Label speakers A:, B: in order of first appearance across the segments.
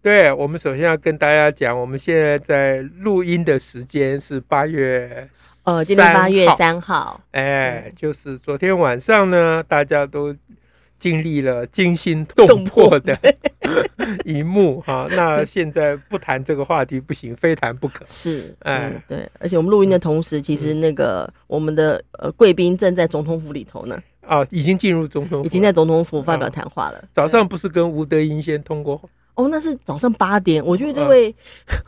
A: 对，我们首先要跟大家讲，我们现在在录音的时间是八月，
B: 呃，今天八月三号，
A: 哎，就是昨天晚上呢，大家都经历了惊心动魄的一幕哈、那现在不谈这个话题不行，非谈不可。
B: 是，
A: 哎嗯
B: 嗯，对，而且我们录音的同时，其实那个我们的呃贵宾正在总统府里头呢，
A: 啊，已经进入总统府了，嗯
B: 已经在总统府发表谈话了。
A: 早上不是跟吴德英先通过？
B: 哦，那是早上八点。我觉
A: 嗯
B: 得这位、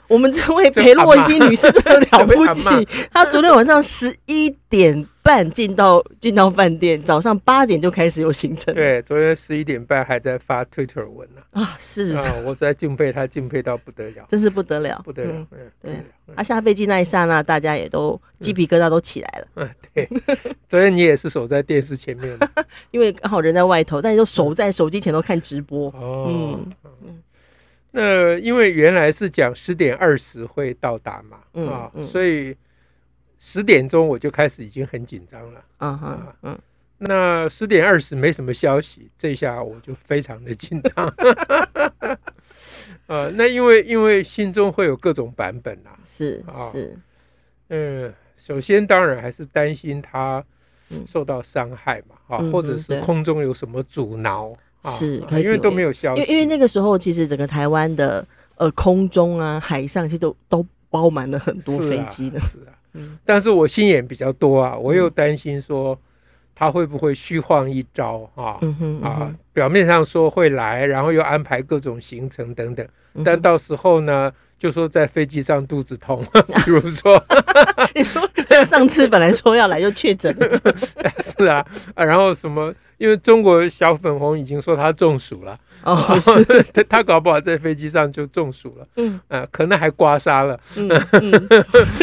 B: 我们这位裴洛西女士真的了不起
A: 这位阿嬷，
B: 她昨天晚上十一点半进到进到饭店，早上八点就开始有行程。
A: 对，昨天十一点半还在发 Twitter 文呢、
B: 啊，是，
A: 啊，我实在敬佩他，敬佩到不得 了，
B: 真是不得了，
A: 不得了
B: 嗯。
A: 嗯，
B: 对
A: 嗯
B: 啊，下飞机那一刹那，大家也都鸡皮疙瘩都起来了，
A: 嗯，对，昨天你也是守在电视前 面的
B: 因为刚好人在外头，但是都
A: 嗯
B: 守在手机前头看直播。
A: 哦。
B: 嗯，
A: 那因为原来是讲十点二十会到达嘛，
B: 嗯
A: 啊，
B: 嗯
A: 所以十点钟我就开始已经很紧张了。
B: 啊哈，嗯，
A: 那十点二十没什么消息，这下我就非常的 紧张。 呃，那因为因为心中会有各种版本啦、
B: 是
A: 啊
B: 是，
A: 嗯，首先当然还是担心他
B: 嗯
A: 受到伤害嘛，啊，
B: 嗯哼
A: 或者是
B: 对
A: 空中有什么阻挠，啊、
B: 是
A: 啊
B: 可以
A: 因为
B: 体
A: 都
B: 会
A: 没有消
B: 因
A: 息，
B: 为因为那个时候其实整个台湾的呃空中啊、海上其实都都包满了很多
A: 是
B: 飞
A: 啊
B: 机的。
A: 是啊，
B: 嗯
A: 但是我心眼比较多啊，我又担心说他会不会虚晃一招啊、
B: 嗯哼
A: 啊，，表面上说会来，然后又安排各种行程等
B: 嗯
A: 等， 但到时候呢，就说在飞机上肚子痛， 比如说
B: 你说像上次本来说要来就确诊了，
A: 是啊啊，然后什么，因为中国小粉红已经说他中暑了，
B: 哦，
A: 他他搞不好在飞机上就中暑了，
B: 嗯
A: 啊，可能还刮痧了，
B: 嗯嗯，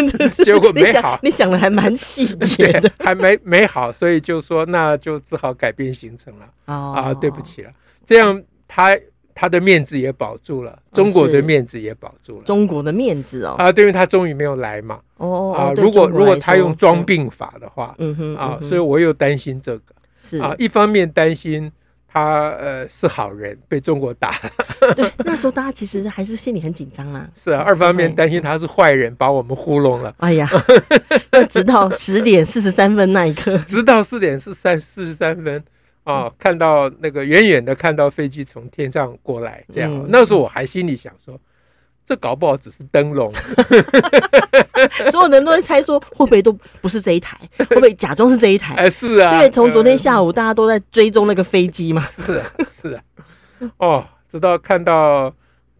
B: 真是
A: 结果
B: 你
A: 没好
B: 想你想的还蛮细节
A: 对
B: 的，
A: 还没没好，所以就说那就只好改变行程了。
B: 哦
A: 啊，对不，起了，这样他他的面子也保住了，中国的
B: 啊是
A: 面子也保住了。
B: 中国的面子哦，
A: 啊，对，因为他终于没有来嘛。
B: 哦
A: 啊，
B: 哦对
A: 如果
B: 中
A: 如果
B: 来
A: 他
B: 说
A: 用装病法的话，
B: 嗯嗯哼
A: 啊，
B: 嗯哼
A: 所以我又担心这个
B: 是
A: 啊，一方面担心他呃是好人被中国打，
B: 对，那时候大家其实还是心里很紧张啦。
A: 是啊；二方面
B: 对
A: 担心他是坏人把我们糊弄了。
B: 哎呀，那直到十点四十三分那一刻，
A: 直到四点四三四十三分
B: 嗯
A: 啊，看到那个远远的看到飞机从天上过来，这样、
B: 嗯
A: 那时候我还心里想说，这搞不好只是灯 笼，
B: 所有人都在猜说会不会都不是这一台，会不会假装是这一台？
A: 哎，是啊，
B: 因为从昨天下午大家都在追踪那个飞机嘛，
A: 呃、是啊是啊，哦，直到看到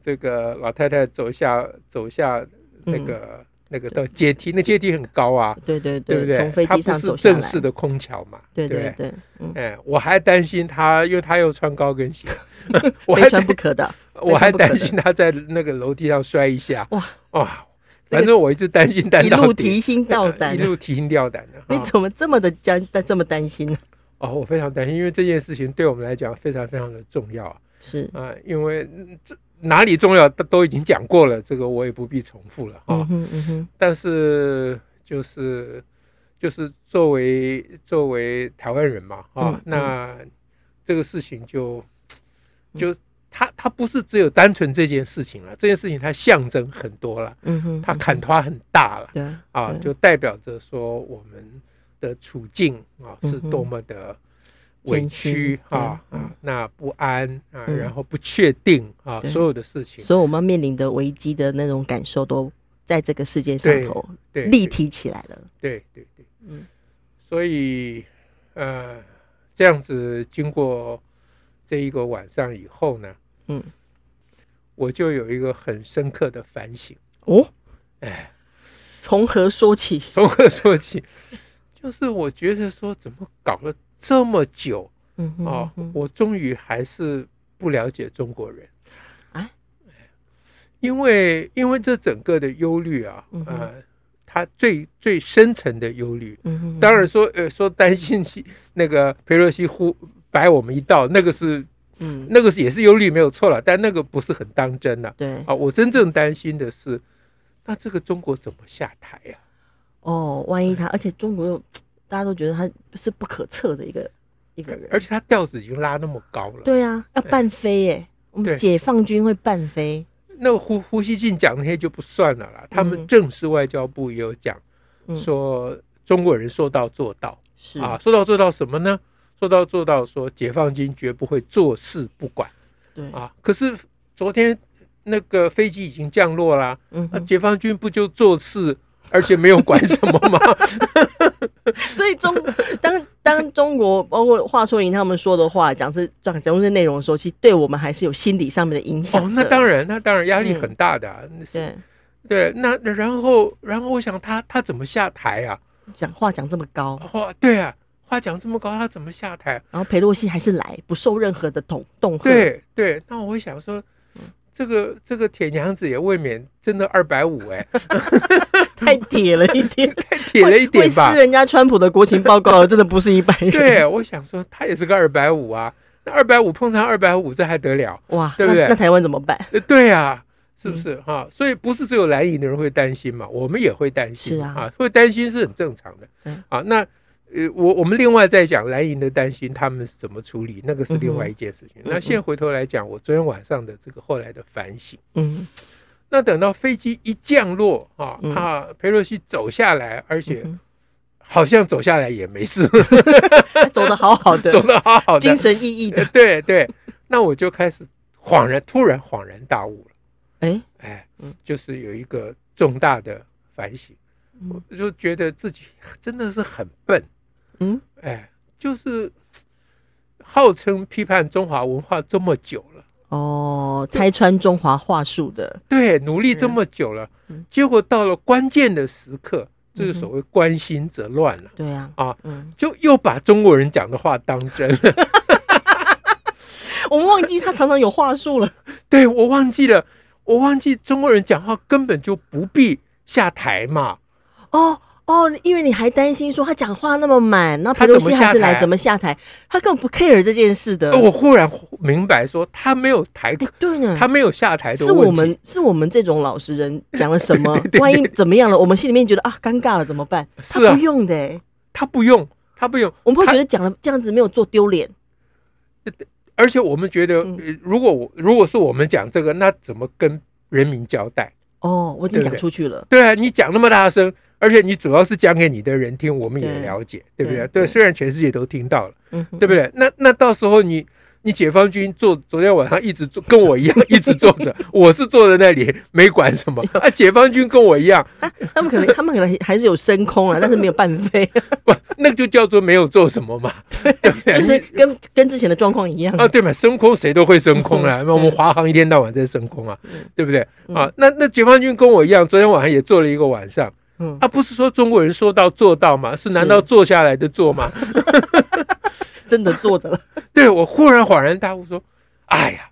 A: 这个老太太走下走下那
B: 嗯
A: 个、那个到阶梯，那阶梯很高啊，
B: 对对
A: 对不对？
B: 从飞
A: 它
B: 机
A: 不
B: 上
A: 是
B: 走下
A: 正
B: 来
A: 式，的空桥嘛，
B: 对
A: 不
B: 对对，嗯，
A: 哎，我还担心她，因为她又穿 高跟鞋， 我还
B: 非穿不可 的，
A: 我
B: 非常
A: 还
B: 不可
A: 担心他在那个楼梯上摔一下。
B: 哇
A: 哇！反正我一直担心担
B: 一
A: 到
B: 路
A: 底，
B: 提心吊胆啊
A: 一。路提心吊胆的。
B: 你
A: 啊
B: 怎么这么的担这么担心呢？
A: 哦，我非常担心，因为这件事情对我们来讲非常非常的重要啊！
B: 是，
A: 啊因为嗯这哪里重要都都已经讲过了，这个我也不必重复了啊。
B: 嗯哼嗯哼，
A: 但是就是就是作为作为台湾人嘛啊，
B: 嗯
A: 那这个事情就就他他不是只有单纯这件事情了，这件事情它象征很多了，
B: 嗯哼，
A: 它
B: 嗯
A: 砍头很大了
B: 对
A: 啊，
B: 对
A: 就代表着说我们的处境啊
B: 嗯哼
A: 是多么的。委屈
B: 艰辛
A: 啊
B: 对嗯
A: 啊，那不安啊，
B: 嗯
A: 然后不确定啊，
B: 对
A: 所有的事情，
B: 所以我们面临的危机的那种感受，都在这个事件上头
A: 对，
B: 立体起来了。
A: 对对对，
B: 嗯，
A: 所以呃，这样子经过这一个晚上以后呢，
B: 嗯，
A: 我就有一个很深刻的反省，
B: 哦，
A: 哎，
B: 从何说 起？
A: 从何说 起？就是我觉得说，怎么搞了这么久
B: 嗯哼
A: 啊、
B: 嗯哼
A: 我终于还是不了解中国人
B: 啊。
A: 因为因为这整个的忧虑啊，
B: 嗯哼
A: 呃，它最最深层的忧虑，
B: 嗯
A: 当然，说呃说担心西那个佩洛西呼摆我们一道，那个是
B: 嗯，
A: 那个是也是忧虑没有错了，但那个不是很当真呐、
B: 对
A: 啊。，我真正担心的是，那这个中国怎么下台啊呀、
B: 哦，万一他，而且中国又大家都觉得他是不可测的一个一个人，
A: 而且他调子已经拉那么高了。
B: 对啊，要半飞耶，我们
A: 对
B: 解放军会半飞，
A: 那胡胡锡进讲那些就不算了啦，他
B: 嗯
A: 们正式外交部也有讲、
B: 嗯
A: 说中国人说到做到
B: 是
A: 啊，，说到做到什么呢？说到做到说解放军绝不会坐视不管
B: 对，
A: 啊。可是昨天那个飞机已经降落啦，
B: 嗯
A: 那
B: 哼，
A: 解放军不就做事，而且没有管什么吗？
B: 呃 所以中当当中国包括华春莹他们说的话，讲是讲讲这些内容的时候，其实对我们还 是有心理上面的影响
A: 哦，那
B: 的
A: 当然，那当然压力很大的、啊那是
B: 对，
A: 对，那那然后然后我想他他怎么下台啊？
B: 讲话讲这么高，
A: 话对啊，话讲这么高，他怎么下台？
B: 然后裴洛西还是来，不受任何的动动吓，
A: 对对，那我会想说，
B: 嗯
A: 这个这个铁娘子也未免真的二百 五哎，
B: 太铁了一点，
A: 太 铁了一
B: 会
A: 点吧
B: 撕？人家川普的国情报告，真的不是一般人。
A: 对，我想说她也是个二百五啊，那二百五碰上二百五，这还得了？
B: 哇，
A: 对不对
B: 那那台湾怎么办？
A: 呃对啊，是
B: 嗯
A: 不是哈、所以不是只有蓝营的人会担心嘛，我们也会担心
B: 是啊
A: 会担心是很正常的。
B: 嗯
A: 啊，那呃，我我们另外再讲蓝营的担心，他们是怎么处理，那个是另外一件事情。
B: 嗯哼
A: 那现在回头来讲，我昨天晚上的这个后来的反省。
B: 嗯，
A: 那等到飞机一降落啊
B: 嗯
A: 啊，佩洛西走下来，而且
B: 嗯
A: 好像走下来也没事，
B: 哼走的好好的，
A: 走得好好的
B: 精。神奕奕
A: 呃
B: 的。
A: 对对，那我就开始恍然，突然恍然大悟了，
B: 哎，
A: 哎
B: 嗯，
A: 就是有一个重大的反省，
B: 嗯
A: 我就觉得自己真的是很笨，
B: 嗯，
A: 哎，就是号称批判中华文化这么久了。
B: 哦，拆穿中华话术的，
A: 对，努力这么久了，
B: 嗯
A: 结果到了关键的时刻，这
B: 嗯
A: 是
B: 哼
A: 所谓关心则乱了、
B: 对啊，
A: 啊
B: 嗯，
A: 就又把中国人讲的话当 真了。
B: 我们忘记他常常有话术了。
A: 对我忘记了，我忘记中国人讲话根本就不必下台嘛。
B: 哦哦，因为你还担心说他讲话那么满，那
A: 他
B: 裴
A: 怎
B: 洛西
A: 么
B: 还是来
A: 下台啊
B: 怎么下台？他根本不 care 这件事的。
A: 呃我忽然明白说，他没有台，
B: 嗯哎，对呢，
A: 他没有下台的
B: 是
A: 问题。
B: 我们是我们这种老实人讲了什么
A: 对对对，对
B: 万一怎么样了，我们心里面觉得啊尴尬了怎么办？他
A: 是啊
B: 不用的欸，
A: 他不用，他不用，
B: 我们会觉得讲了这样子没有做丢脸。
A: 而且我们觉得，
B: 嗯
A: 呃如果我如果是我们讲这个，那怎么跟人民交代？
B: 哦，我已经
A: 对对
B: 讲出去了，
A: 对啊，你讲那么大声，而且你主要是讲给你的人听，我们也
B: 对
A: 了解，对不
B: 对
A: 对？
B: 对
A: 对，虽然全世界都听到了，
B: 嗯哼，
A: 对不对？那那到时候你你解放军坐昨天晚上一直坐，跟 我一样一直坐着，我是坐在那里没管什么啊。解放军跟我一样，
B: 他们可能他们可能还是有升空啊，但是没有半 飞，
A: 不，那个就叫做没有做什么嘛，对不对？
B: 就是
A: 你
B: 跟跟之前的状况一样。
A: 啊，对嘛，升空谁都会升空啦。
B: 嗯
A: 那我们华航一天到晚在升空啊，对不对？
B: 嗯
A: 啊，那那解放军跟我一样，昨天晚上也坐了一个晚上。
B: 嗯，
A: 啊，不是说中国人说到做到吗？是难道
B: 是
A: 坐下来的 坐吗？
B: 真的坐着了。
A: 对我忽然恍然大悟说，哎呀，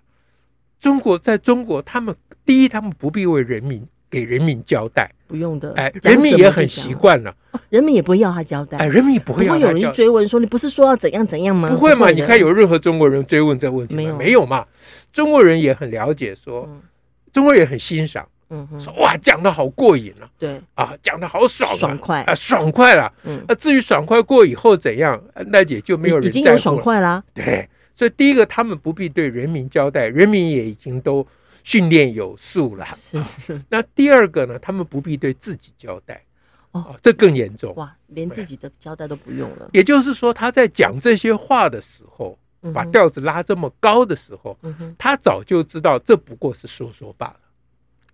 A: 中国在中国，他们第一，他们不必为人民给人民交代，
B: 不用的，
A: 哎，
B: 嗯讲
A: 人民
B: 什么
A: 也
B: 就
A: 很
B: 讲
A: 习
B: 了，
A: 惯了，
B: 人民也不会要他交代，
A: 哎，人民不
B: 不
A: 会
B: 会
A: 要
B: 有
A: 他
B: 人去
A: 交。
B: 追问说你不是说要怎样怎样吗？
A: 不会嘛？
B: 的
A: 你看有任何中国人追问这个问题吗
B: 没有
A: 没有嘛？中国人也很了解说，
B: 嗯
A: 中国人也很欣赏，
B: 嗯哼，
A: 说哇，讲的好过瘾啊，
B: 对，
A: 啊，讲的好爽啊，
B: 爽快
A: 啊，爽快了。
B: 嗯，
A: 那、至于爽快过以后怎样，呃那也就没有
B: 已
A: 人
B: 已经
A: 在
B: 有
A: 乎
B: 爽
A: 了。
B: 快 啦，
A: 对，所以第一个，他们不必对人民交代，人民也已经都训练有素了。
B: 是是，
A: 那第二个呢，他们不必对自己交代，
B: 哦
A: 啊，这更严重。
B: 哇，连自己的交代都不用了，
A: 也就是说，他在讲这些话的时候，
B: 嗯
A: 把
B: 哼，
A: 调子拉这么高的时候，
B: 嗯哼，
A: 他早就知道这不过是说说罢了，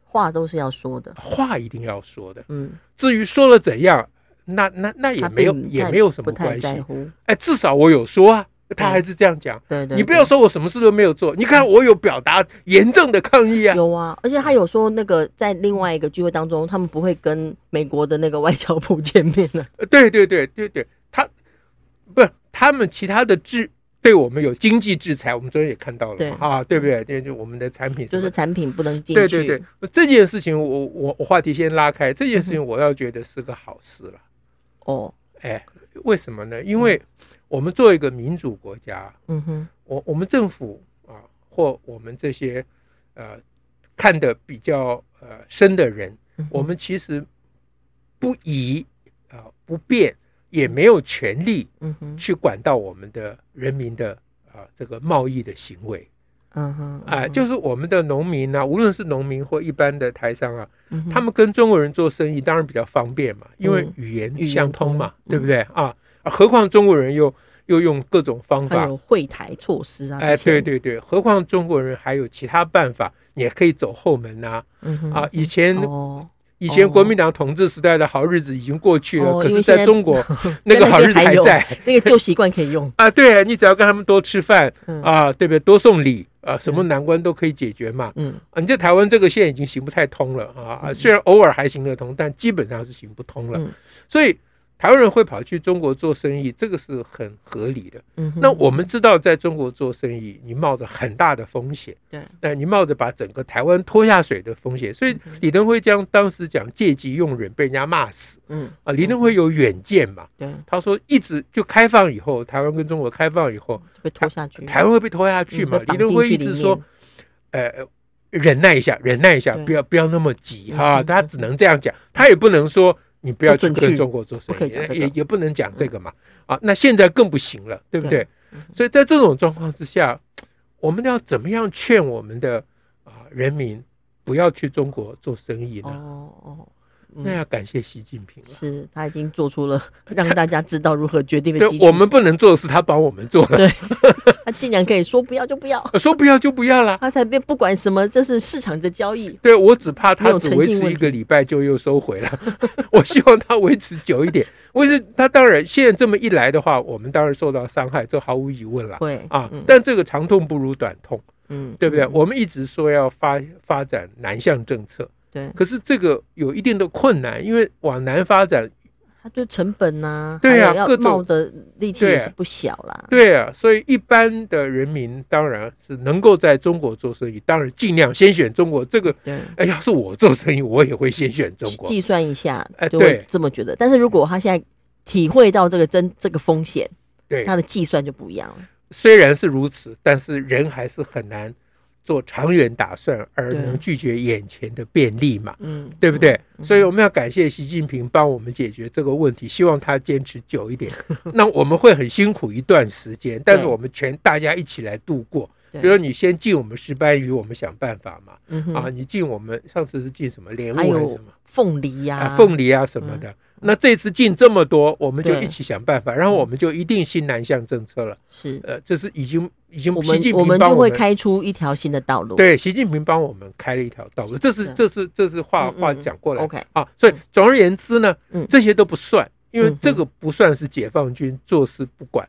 B: 话都是要说的，
A: 话一定要说的。
B: 嗯，
A: 至于说了怎样，那那那也
B: 他
A: 没有
B: 并
A: 也
B: 太
A: 没有什
B: 不
A: 么
B: 太
A: 关
B: 在
A: 系。
B: 乎，
A: 哎，至少我有说啊，他还是这样讲。
B: 对对，
A: 你不
B: 对
A: 要说我什么事都没有做，你看我有表达严正的抗议啊。
B: 有啊，而且他有说那个在另外一个聚会当中，他们不会跟美国的那个外交 部见面的，
A: 呃对对对对对，他不是他们其他的智对我们有经济制裁，我们昨天也看到
B: 对
A: 了嘛啊，对不对？就就我们的产品什
B: 就
A: 么
B: 是产品不能进
A: 对
B: 去，嗯
A: 对对，这件事情我我我话题先拉开，这件事情我要觉得是个好事了。
B: 哦，
A: 哎，为什么呢？因为我们做一个民主国家，
B: 嗯哼，
A: 我我们政府啊，或我们这些呃看得比较呃深的人，
B: 嗯哼
A: 我们其实不宜啊、不便，也没有权利
B: 嗯哼，
A: 去管到我们的人民的啊、这个贸易的行为
B: 嗯哼，
A: 啊、就是我们的农民呢、无论是农民或一般的台商啊，
B: 嗯哼
A: 他们跟中国人做生意当然比较方便嘛，因为
B: 嗯
A: 语言
B: 语言
A: 相通嘛，
B: 通嗯
A: 对不对啊？啊何况中国人又又用各种方
B: 还
A: 法
B: 有会台措施啊，
A: 哎，
B: 之前
A: 对，对对，何况中国人还有其他办法，你也可以走后门呐、
B: 嗯哼，
A: 啊。以前、
B: 哦，
A: 以前
B: 哦
A: 国民党统治时代的好日子已经过去了，
B: 哦
A: 可
B: 因为
A: 是
B: 现
A: 在
B: 在
A: 中国 那个 好日子还
B: 有
A: 在
B: 那个旧习惯可以用，
A: 啊。对你只要跟他们多吃饭
B: 嗯
A: 啊，对不对？多送礼啊，什么难关都可以解决嘛。
B: 嗯
A: 啊，你在台湾这个现在已经行不太通了啊，啊
B: 嗯
A: 虽然偶尔还行得通，但基本上是行不通了。
B: 嗯
A: 所以台湾人会跑去中国做生意，这个是很合理的。
B: 嗯哼，
A: 那我们知道，在中国做生意，你冒着很大的风险，
B: 对，
A: 那你冒着把整个台湾拖下水的风险，所以
B: 嗯哼
A: 李登辉将当时讲借机用人被人家骂死
B: 嗯
A: 啊，李登辉有远见嘛，
B: 对，
A: 他说一直就开放以后，台湾跟中国开放以后，
B: 就被拖下去，
A: 台湾会被拖下去
B: 嗯嗯，
A: 嘛
B: 被
A: 李
B: 绑
A: 登辉一
B: 进去
A: 直
B: 里
A: 说
B: 面，
A: 呃。忍耐一下，忍耐一下
B: 对，
A: 不要不要那么急
B: 嗯
A: 哈、
B: 嗯
A: 他
B: 嗯
A: 只能这样讲，他也不能说你不要
B: 不
A: 去
B: 准
A: 跟
B: 去
A: 中国做生
B: 不可以
A: 意，
B: 讲这个嗯
A: 也也不能讲这个嘛、啊。那现在更不行了，对不对？
B: 对嗯哼
A: 所以在这种状况之下，我们要怎么样劝我们的啊、人民不要去中国做生意呢？
B: 哦哦，嗯
A: 那要感谢习近平了。
B: 是他已经做出了让大家知道如何决定的
A: 对
B: 基，础，
A: 我们不能做的是他帮我们做的，
B: 他竟然可以说不要就不要，
A: 说不要就不要啦。
B: 他才别不管什么，这是市场的交易，
A: 对我只怕
B: 没
A: 他
B: 有
A: 只
B: 诚
A: 维
B: 信
A: 持
B: 问
A: 一个礼拜就又收回了， 我希望他维持久一点。维持他当然现在这么一来的话，我们当然受到伤害，这毫无疑问了
B: 会
A: 啊
B: 嗯。
A: 但这个长痛不如短痛，
B: 嗯，
A: 对不对？
B: 嗯
A: 我们一直说要发发展南向政策，
B: 对，
A: 可是这个有一定的困难，因为往南发展，
B: 他对成本呐，
A: 对啊
B: 还有
A: 各
B: 要
A: 种
B: 冒的力气也
A: 对
B: 是不小啦，
A: 对啊，所以一般的人民当然是能够在中国做生意，当然尽量先选中国。这个，
B: 对。
A: 哎，要是我做生意，我也会先选中国。
B: 计算一下
A: 哎，
B: 就会
A: 对
B: 这么觉得。但是如果他现在体会到这个真这个风险，
A: 对
B: 他，的计算就不一样了。
A: 虽然是如此，但是人还是很难做长远打算，而
B: 对
A: 能拒绝眼前的便利嘛，
B: 嗯，
A: 对不对？
B: 嗯
A: 所以我们要感谢习近平帮我们解决这个问题，希望他坚持 久一点。那我们会很辛苦一段时间，但是
B: 对
A: 我们全大家一起来度过。
B: 对？
A: 比如你先进我们石斑鱼，我们想办法嘛。
B: 嗯
A: 啊，
B: 哼，
A: 你进我们上次是进什么莲雾
B: 还
A: 还是
B: 有
A: 什么
B: 凤梨呀
A: 啊，凤梨啊什么的。那这次进这么多，我们就
B: 对
A: 一起想办法，然后我们就一定新南向政策了。
B: 是，
A: 呃，这是已经已经
B: 我
A: 习
B: 们
A: 近
B: 我
A: 平
B: 们
A: 帮
B: 就
A: 我
B: 会
A: 们
B: 开出一条新的道路。
A: 对习近平帮我们开了一条道路，这是
B: 是
A: 这是这是话
B: 嗯嗯
A: 话
B: 嗯
A: 讲过来
B: ，OK，
A: 啊。所以总而言之呢
B: 嗯，
A: 这些都不算。因为
B: 嗯
A: 这个不算是解放军做事不管，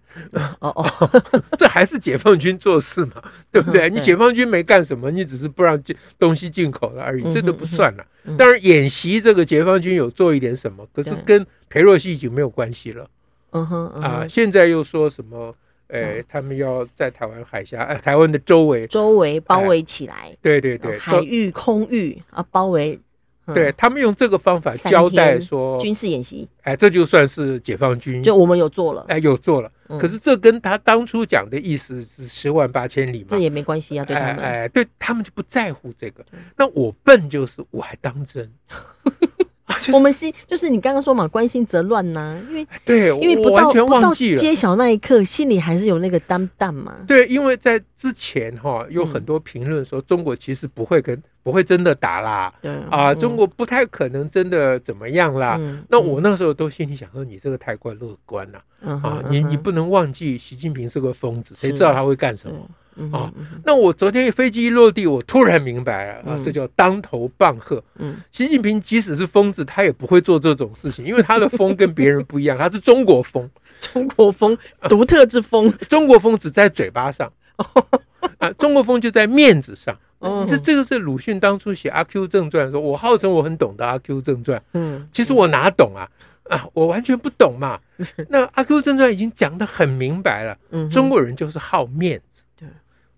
B: 哦哦，
A: 这还是解放军做事嘛，对不对？
B: 嗯
A: 你
B: 对
A: 解放军没干什么，你只是不让进东西进口了而已
B: 嗯，哼
A: 这都不算了
B: 嗯。哼
A: 当然，演习这个解放军有做一点什么，可是
B: 对
A: 跟裴若曦已经没有关系了
B: 嗯哼嗯
A: 啊。
B: 哼，嗯
A: 现在又说什么？呃，他们要在台湾海峡，呃，台湾的周围，
B: 周围包围起来，
A: 对对哎对，
B: 海
A: 说
B: 域、空域啊，包围。嗯
A: 对他们用这个方法
B: 三
A: 交代
B: 天
A: 说，
B: 军事演习，
A: 哎，这就算是解放军，
B: 就我们有做了，
A: 嗯哎有做了。
B: 嗯
A: 可是这跟他当初讲的意思是十万八千里嘛
B: 这，也没关系啊，对他
A: 哎
B: 们。嗯
A: 哎，对他们就不在乎这个。那我笨就是我还当 真，啊就是
B: 我们心就是你刚刚说嘛，关心则乱呐，因为
A: 对，
B: 因为
A: 我
B: 不
A: 我
B: 到
A: 完全
B: 不到
A: 忘记了。
B: 揭晓那一刻，心里还是有那个担当嘛。
A: 对，因为在之前哈、有
B: 嗯
A: 很多评论说中国其实不会跟不会真的打啦，
B: 对
A: 啊，中国不太可能真的怎么样啦。
B: 嗯
A: 那我那时候都心里想说，你这个太过乐观了
B: 嗯
A: 啊！
B: 哼
A: 你
B: 嗯哼
A: 你不能忘记习近平是个疯子，谁
B: 是
A: 知道他会干什
B: 对
A: 么？
B: 嗯
A: 啊
B: 哼嗯哼
A: 那我昨天飞机一落地，我突然明白了啊，
B: 嗯
A: 这叫当头棒喝。
B: 嗯
A: 习近平即使是疯子，他也不会做这种事情，因为他的疯跟别人不 一样，他是中国风，
B: 中国 风独特之风，
A: 中国风只在嘴巴上，啊，中国风就在面子上。
B: 嗯
A: 这这个是鲁迅当初写《阿 Q 正传》的时候，我号称我很懂得《阿 Q 正传》，
B: 嗯
A: 其实我哪懂啊？啊，我完全不懂 嘛。那《阿 Q 正传》已经讲得很明白了，
B: 嗯哼
A: 中国人就是好面子，
B: 对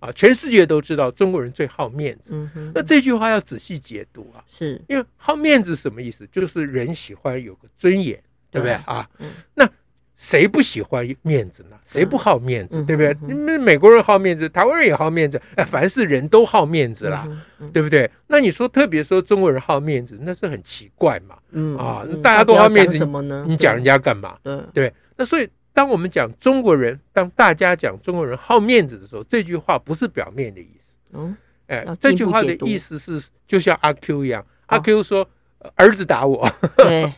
A: 啊，全世界都知道中国人最好面子。
B: 嗯哼
A: 那这句话要仔细解读啊，
B: 是
A: 因为好面子什么意思？就是人喜欢有个尊严，对不
B: 对
A: 对啊
B: 嗯？
A: 那谁不喜欢面子呢？谁不好面子，
B: 嗯
A: 对不对
B: 嗯？
A: 你
B: 嗯
A: 们美国人好面子，台湾人也好面子，哎，凡是人都好面子啦，，
B: 嗯哼
A: 对不对？那你说特别说中国人好面子，那是很奇怪嘛？
B: 嗯
A: 啊
B: 嗯
A: 大家都
B: 到
A: 要
B: 底要
A: 面
B: 讲
A: 子
B: 什么呢？
A: 你讲人家干嘛？
B: 对，对
A: 对，那所以当我们讲中国人，当大家讲中国人好面子的时候，这句话不是表面的意思，
B: 嗯，
A: 哎
B: 要，
A: 这
B: 进一
A: 句
B: 步
A: 话
B: 解
A: 的
B: 读哦
A: 意思是就像阿 Q 一样，阿 Q 说、呃儿子打我，
B: 对，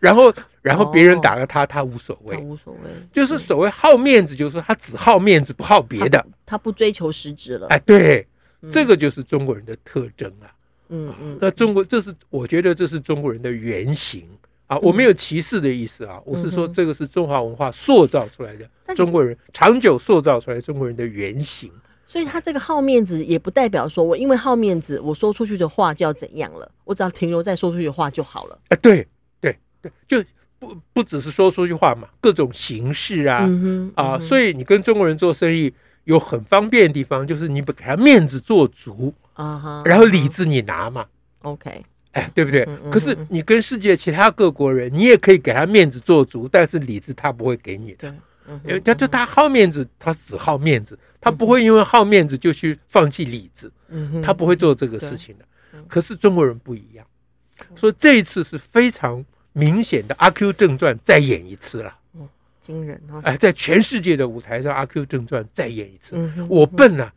A: 然后然后别人
B: 哦
A: 打了他，他无所谓
B: 他，无所谓，
A: 就是所谓好面子，就是他只好面子不好别的
B: 他，不，他不追求实质了。
A: 哎，对，
B: 嗯
A: 这，个就是中国人的特征啊。
B: 嗯嗯，
A: 那中国这是我觉得这是中国人的原型啊，我没有歧视的意思啊，我是
B: 嗯
A: 说
B: 嗯哼
A: 这个是中华文化塑造出来的
B: 但
A: 中国人长久塑造出来的中国人的原型。
B: 所以他这个好面子也不代表说我因为好面子，我说出去的话就要怎样了，我只要停留在说出去的话就好了。
A: 啊，对对对，就不不只是说出去话嘛，各种形式啊、
B: 嗯哼
A: 啊，
B: 以
A: 所以你跟中国人做生意有很方便的地方，就是你给他面子做足，
B: 啊哈，
A: 然后理自你拿嘛。
B: OK，
A: 哎，对不对
B: 嗯？嗯
A: 可是
B: 嗯嗯
A: 你跟世界其他各国人，你也可以给他面子做足，但是理子他不会给你的。
B: 对，嗯
A: 因为
B: 哼
A: 他就他好面子，他只好面子，他不会因为好面子就去放弃理智，
B: 嗯哼
A: 他不会做这个事情的
B: 对嗯。
A: 可是中国人不一样，所以这一次是非常明显的《阿 Q 正传》再演一次了。
B: 惊人哦哈，
A: 哎，在全世界的舞台上，《阿 Q 正传》再演一次。
B: 嗯哼嗯
A: 我笨啊！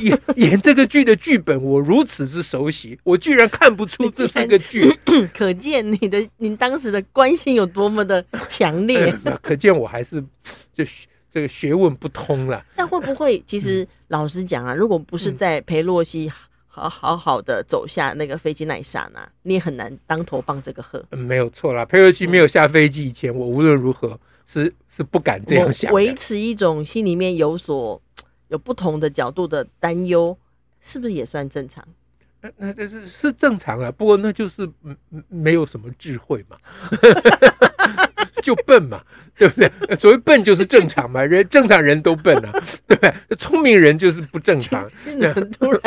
A: 演演 这个剧的剧本，我如此之熟悉，我居然看不出这是个 剧，
B: 可见你的你当时的关心有多么的强烈。
A: 哎那可见我还是这这个学问不通了。
B: 但会不会，其
A: 嗯
B: 实老实讲啊，如果不是在裴洛西好好好的走下那个飞机那一刹那，你也很难当头棒这个喝。
A: 嗯没有错啦，佩洛西没有下飞机以前，我无论如何是是不敢这样想
B: 嗯我维
A: 的。
B: 持一种心里面有所有不同的角度的担忧，是不是也算正 常？
A: 那那那是是正常啊，不过那就是嗯嗯没有什么智慧 嘛，就笨嘛，对不对？所谓笨就是正常嘛，人正常人都笨啊，对不对？聪明人就是不 正常。
B: 真的很突然。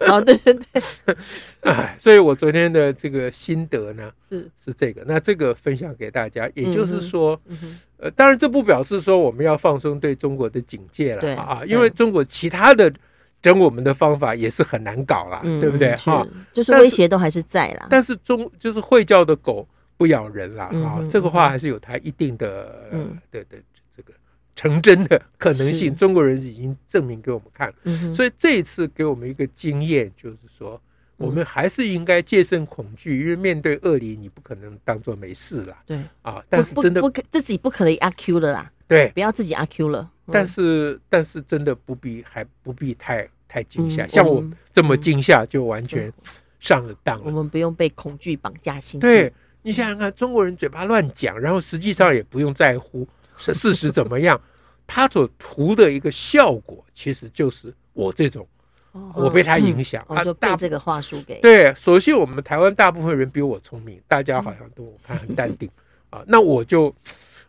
B: 哦，对对对，
A: 哎，所以我昨天的这个心得呢
B: 是，
A: 是这个，那这个分享给大家，也就是说。
B: 嗯哼，
A: 呃，当然这不表示说我们要放松对中国的警戒
B: 对
A: 了啊，
B: 对
A: 因为中国其他的整我们的方法也是很难搞啦，
B: 嗯
A: 对不对
B: 是
A: 哈、
B: 就是
A: 但是
B: 威胁都还是在啦。
A: 但是中就是会叫的狗不咬人啦、
B: 嗯
A: 啊
B: 哼，
A: 这个话还是有它一定的、
B: 嗯
A: 对对这个成真的可能性，
B: 是
A: 中国人已经证明给我们看了。
B: 嗯哼，
A: 所以这一次给我们一个经验，就是说。
B: 嗯
A: 我们还是应该戒慎恐惧，因为面对恶离，你不可能当做没事啦
B: 对，
A: 啊！但是
B: 不
A: 真的
B: 不可自己不可能阿 Q 了啦，
A: 对，
B: 不要自己阿 Q 了。嗯
A: 但是但是真的不必还不必太太惊吓，
B: 嗯嗯
A: 像我
B: 们
A: 这么惊吓就完全上了当
B: 我
A: 了。
B: 们不用被恐惧绑架心智。
A: 对你想想看，中国人嘴巴乱讲，然后实际上也不用在乎是事实怎么样，他所图的一个效果其实就是我这种，
B: 哦，
A: 我被他影响
B: 我嗯
A: 啊
B: 哦就，被
A: 大
B: 这个话术给
A: 对，所幸我们台湾大部分人比我聪明，大家好像都我看 很淡定啊。那我就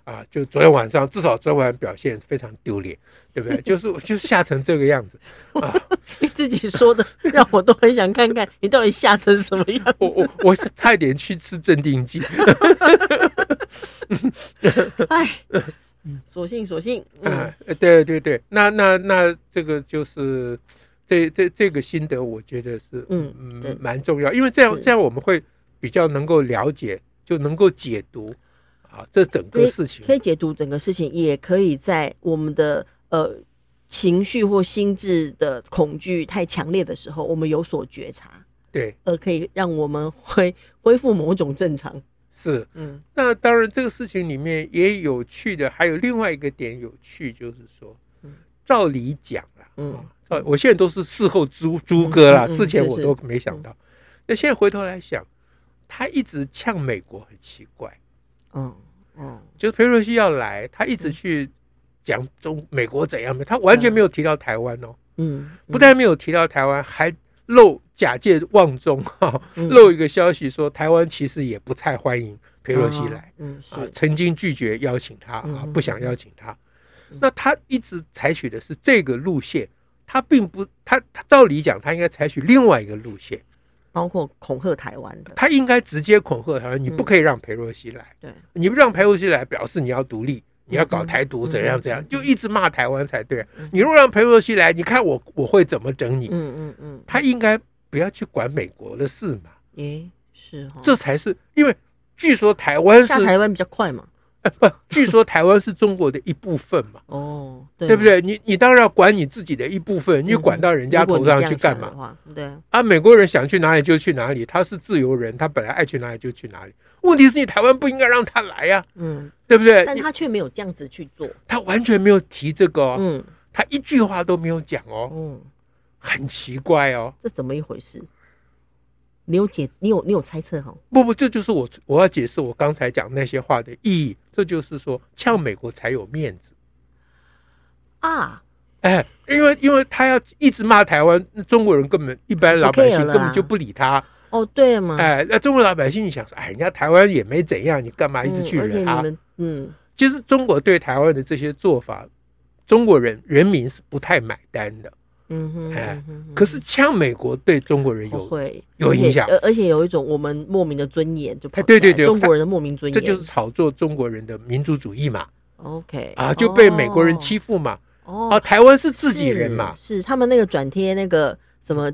A: 啊，就昨天晚上至少昨天晚上表现非常丢脸，对 不对？就是我就吓成这个样子啊。
B: 你自己说的，让我都很想看看你到底吓成什么 样。
A: 我 我我差一点去吃镇定剂，
B: 哎，索性索性，嗯
A: 啊，对对对，那那那这个就是这这这个心得，我觉得是
B: 嗯对
A: 嗯蛮重要，因为这样
B: 是
A: 这样我们会比较能够了解，就能够解读啊这整个事情
B: 可。以解读整个事情，也可以在我们的呃情绪或心智的恐惧太强烈的时候，我们有所觉察，
A: 对，
B: 而可以让我们恢恢复某种正常。
A: 是。
B: 嗯
A: 那当然，这个事情里面也有趣的，还有另外一个点有趣，就是说
B: 嗯，
A: 照理讲啦，
B: 嗯
A: 啊，照我现在都是事后诸诸葛啦，
B: 嗯嗯
A: 事前
B: 是
A: 我
B: 是
A: 都没想到。那现在回头来想，他一直呛美国很奇怪，
B: 嗯嗯，
A: 就是裴洛西要来，他一直去讲中美国怎样，他完全没有提到台湾哦，
B: 嗯，
A: 不但没有提到台湾，还漏假借忘中哈、
B: 嗯
A: 漏一个消息说台湾其实也不太欢迎佩洛西来，
B: 哦，嗯，是
A: 啊，曾经拒绝邀请他啊
B: 嗯，
A: 不想邀请他
B: 嗯。
A: 那他一直采取的是这个路线，他并不，他他照理讲，他应该采取另外一个路线，
B: 包括恐吓台湾的，
A: 他应该直接恐吓台湾，你
B: 嗯
A: 不可以让裴洛西来，
B: 对，
A: 你不让裴洛西来，表示你要独立，你要搞台独，
B: 嗯
A: 怎样怎样，
B: 嗯
A: 就一直骂台湾才对啊
B: 嗯。
A: 你如果让裴洛西来，你看我我会怎么整你？
B: 嗯嗯嗯，
A: 他应该不要去管美国的事嘛，
B: 诶，是哈，
A: 这才是因为据说台湾是
B: 下台湾比较快嘛，
A: 哎不，据说台湾是中国的一部分嘛。
B: 哦，对
A: 对不？对？你你当然要管你自己的一部分，你
B: 嗯
A: 管到人家
B: 如果
A: 头
B: 你
A: 上
B: 这样
A: 去干
B: 想的
A: 嘛？
B: 话？对啊，
A: 啊，美国人想去哪里就去哪里，他是自由人，他本来爱去哪里就去哪里。问题是你台湾不应该让他来呀、
B: 嗯，
A: 对不对？
B: 但
A: 哎你
B: 他却没有这样子去做，
A: 他完全没有提这个、哦，
B: 嗯
A: 他一句话都没有讲哦，
B: 嗯，
A: 很奇怪哦。
B: 这怎么一回事？你有解，你有你有猜测哈？
A: 不不，这就是我我要解释我刚才讲那些话的意义。这就是说，呛美国才有面子。
B: 啊，
A: 哎，因为因为他要一直骂台湾，那中国人根本一般老百姓
B: 不 care 了
A: 根本
B: 啦
A: 就不理他。
B: 哦，对嘛，
A: 哎，那中国老百姓想说，哎，人家台湾也没怎样，你干嘛一直
B: 嗯
A: 去
B: 而且
A: 惹
B: 你
A: 他？
B: 们，嗯，
A: 其实中国对台湾的这些做法，中国人人民是不太买单的。
B: 嗯哼，
A: 哎
B: 嗯哼
A: 可是呛美国对中国人
B: 不
A: 有，
B: 会
A: 有
B: 而且呃
A: 影响
B: 而而且有一种我们莫名的尊严就跑
A: 哎对
B: 出来
A: 对对
B: 中国人的莫名尊
A: 这
B: 严，
A: 就是炒作中国人的民族主义嘛，
B: OK
A: 啊，就被美国人欺负嘛，
B: 哎哦，
A: 啊，
B: 哦
A: 台湾是自己人嘛，
B: 是是他们那个转贴那个什么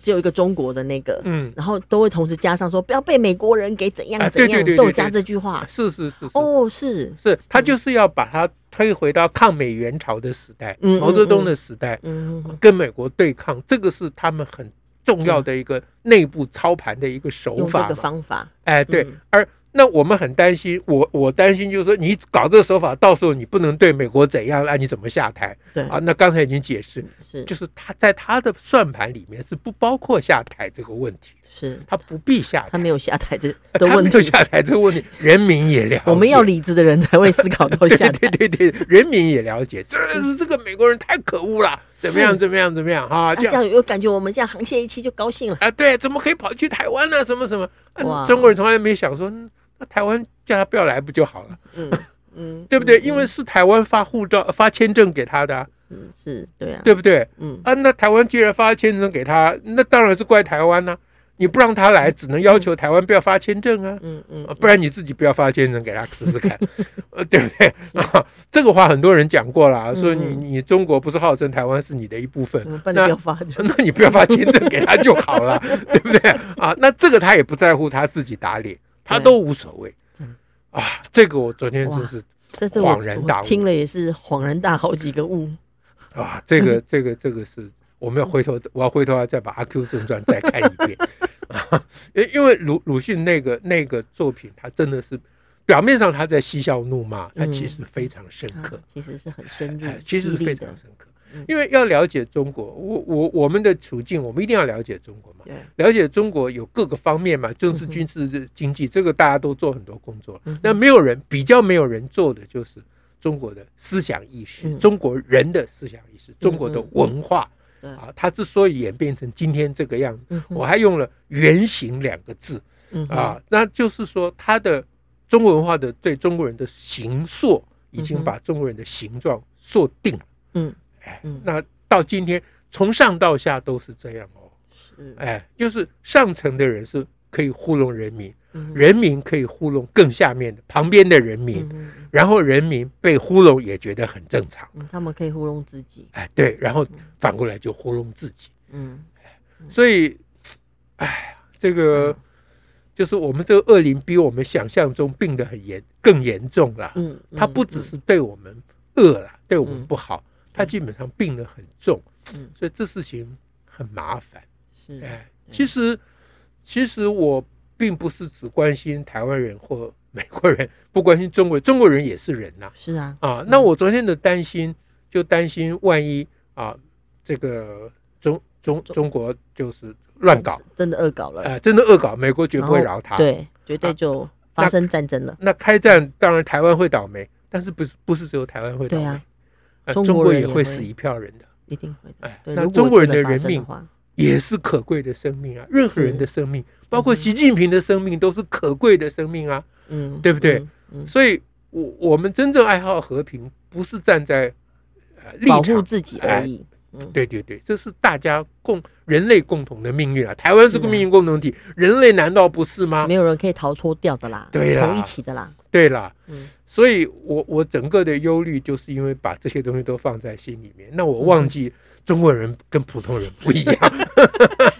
B: 只有一个中国的那个，
A: 嗯，
B: 然后都会同时加上说不要被美国人给怎样
A: 啊
B: 怎
A: 对
B: 样，
A: 对对
B: 都有
A: 对啊
B: 加
A: 对
B: 这句话。
A: 是是是是。
B: 啊哦，是，
A: 是他就是要把它推回到抗美援朝的时代，
B: 嗯嗯
A: 毛泽东的时代，
B: 嗯，
A: 跟美国对抗，这个是他们很重要的一个内部操盘的一个手
B: 用这
A: 法
B: 个
A: 嘛。
B: 方法，
A: 哎，对
B: 嗯，
A: 而那我们很担心，我我担心就是说，你搞这个手法，到时候你不能对美国怎样，那、你怎么下台
B: 对，嗯
A: 啊？那刚才已经解释，
B: 是
A: 就是他在他的算盘里面是不包括下台这个问题，
B: 是，
A: 他不必下台，
B: 他没有下台这
A: 呃
B: 的
A: 啊他
B: 问
A: 没有
B: 题，
A: 下台这个问题，人民也了解。
B: 我们要理智的人才会思考到下
A: 对
B: 台
A: 对。对对，人民也了解，这这个美国人太可恶了，怎么样
B: 是
A: 怎么样怎么样啊？
B: 啊，
A: 这
B: 这
A: 样
B: 样有感觉，我们这样沆瀣一气就高兴了。
A: 啊，对，怎么可以跑去台湾呢、什么什么、啊
B: 哇
A: 中国人从来没想说，嗯那台湾叫他不要来不就好了，
B: 嗯嗯，
A: 对不对？
B: 嗯
A: 因为是台湾发护照、发签证给他的啊、
B: 嗯是，对啊，
A: 对不对？
B: 嗯，
A: 啊，那台湾既然发签证给他，那当然是怪台湾呢、你不让他来，只能要求台湾不要发签证啊。
B: 嗯嗯
A: 啊不然你自己不要发签证给他试试看， 呃，对 不对、啊？这个话很多人讲过了，啊说你
B: 嗯
A: 你中国不是号称台湾是你的一部分，
B: 我们办
A: 那
B: 的不要发的，
A: 那你不要发签证给他就 好了，对不对啊？那这个他也不在乎，他自己打脸，他都无所谓
B: 真的。
A: 啊，这个我昨天真是
B: 这是我
A: 恍然
B: 我
A: 大悟
B: 听了也是恍然大好几个 悟。
A: 啊，这个这个这个是我们要回头，我要回头要再把《阿 Q 正传》再看一 遍啊，因因为鲁鲁迅那个那个作品，他真的是表面上他在嬉笑怒骂，他
B: 嗯
A: 其实非常深刻。
B: 啊其实是很深入
A: 哎、、其实
B: 犀
A: 是非
B: 利
A: 常
B: 的，
A: 深刻
B: 嗯。
A: 因为要了解中国，我我我们的处境，我们一定要了解中国嘛。
B: 对，
A: 了解中国有各个方面嘛，政治、
B: 嗯哼
A: 军事、经济，这个大家都做很多工作
B: 嗯哼。
A: 那没有人比较没有人做的就是中国的思想意识，
B: 嗯
A: 中国人的思想意识，中国的文化
B: 对
A: 啊，它之所以演变成今天这个样子，
B: 嗯哼
A: 我还用了“原型”两个字
B: 嗯哼
A: 啊，那就是说它的中国文化的对中国人的形塑，已
B: 嗯
A: 经
B: 哼
A: 把中国人的形状塑定了。
B: 嗯
A: 哎
B: 嗯，
A: 那到今天从上到下都是这样哦。
B: 是
A: 哎，就是上层的人是可以糊弄人民，
B: 嗯
A: 人民可以糊弄更下面的旁边的人民，
B: 嗯嗯
A: 然后人民被糊弄也觉得很正常。
B: 嗯，他们可以糊弄自己，
A: 哎，对，然后反过来就糊弄自己，
B: 嗯，
A: 所以，哎，这个
B: 嗯
A: 就是我们这个恶灵比我们想象中病得很严，更严重了。
B: 嗯，
A: 它
B: 嗯
A: 不只是对我们恶了，对我们
B: 嗯
A: 不好，它基本上病得很重
B: 嗯，
A: 所以这事情很麻烦。
B: 是
A: 哎，
B: 对
A: 其实其实我并不是只关心台湾人或美国人，不关心中国人，中国人也是人呐
B: 是啊，
A: 啊那我昨天的担心就担心万一啊，这个中中中国就是乱搞，
B: 真的恶搞了，
A: 呃，真的恶搞，美国绝不会
B: 然后
A: 饶他。，
B: 对，绝对
A: 啊
B: 就发生战争了。
A: 那开战当然台湾会倒霉，但是不是不是只有台湾会
B: 对
A: 倒霉，
B: 啊
A: 呃
B: 中
A: 中
B: 国
A: 国
B: 人
A: 也
B: 也
A: 会
B: 会
A: 死一票人的。
B: 一定会的。
A: 哎，
B: 对，
A: 那
B: 如果
A: 中国人
B: 真
A: 的
B: 发
A: 人
B: 生
A: 命
B: 话，
A: 也是可贵的生命啊，任何人的生命，包括习近平的生命，都是可贵的生命啊。
B: 嗯，
A: 对不对
B: 嗯？嗯
A: 所以，我我们真正爱好和平，不是站在呃立
B: 保
A: 场哎
B: 护自己而已。嗯，
A: 对对对，这是大家共人类共同的命运啊！台湾是
B: 是
A: 个
B: 啊
A: 命运共同体，人类难道不是吗
B: 没？有人可以逃脱掉的啦，
A: 啊对啦
B: 同一起的啦。
A: 对啦，
B: 嗯
A: 所以我我整个的忧虑就是因为把这些东西都放在心里面，那我
B: 嗯
A: 忘记中国人跟普通人不一样。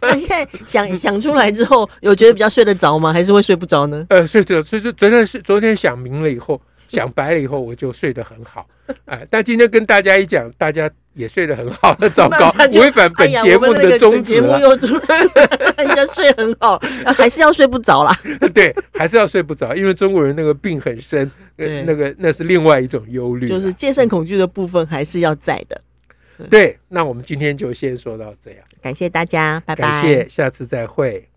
B: 那现在想想出来之后，有觉得比较睡得着吗？还是会睡不着呢？
A: 呃，所以这所以说昨天是昨天想明了以后，想白了以后，我就睡得很 好。哎、但今天跟大家一讲，大家也睡得很好，那糟糕
B: 那他，就
A: 违反 本
B: 哎呀
A: 节
B: 哎我
A: 目
B: 们那
A: 的
B: 个
A: 宗
B: 本
A: 旨啊
B: 节目
A: 了。
B: 又出来了，人家睡很好， 还是要睡不着啦。
A: 对，还是要睡不着，因为中国人那个病很深，呃
B: 对
A: 那个那是另外一种忧虑啊。
B: 就是戒慎恐惧的部分还是要在的。
A: 对，那我们今天就先说到这样，
B: 感谢大家，拜拜。
A: 感谢，下次再会。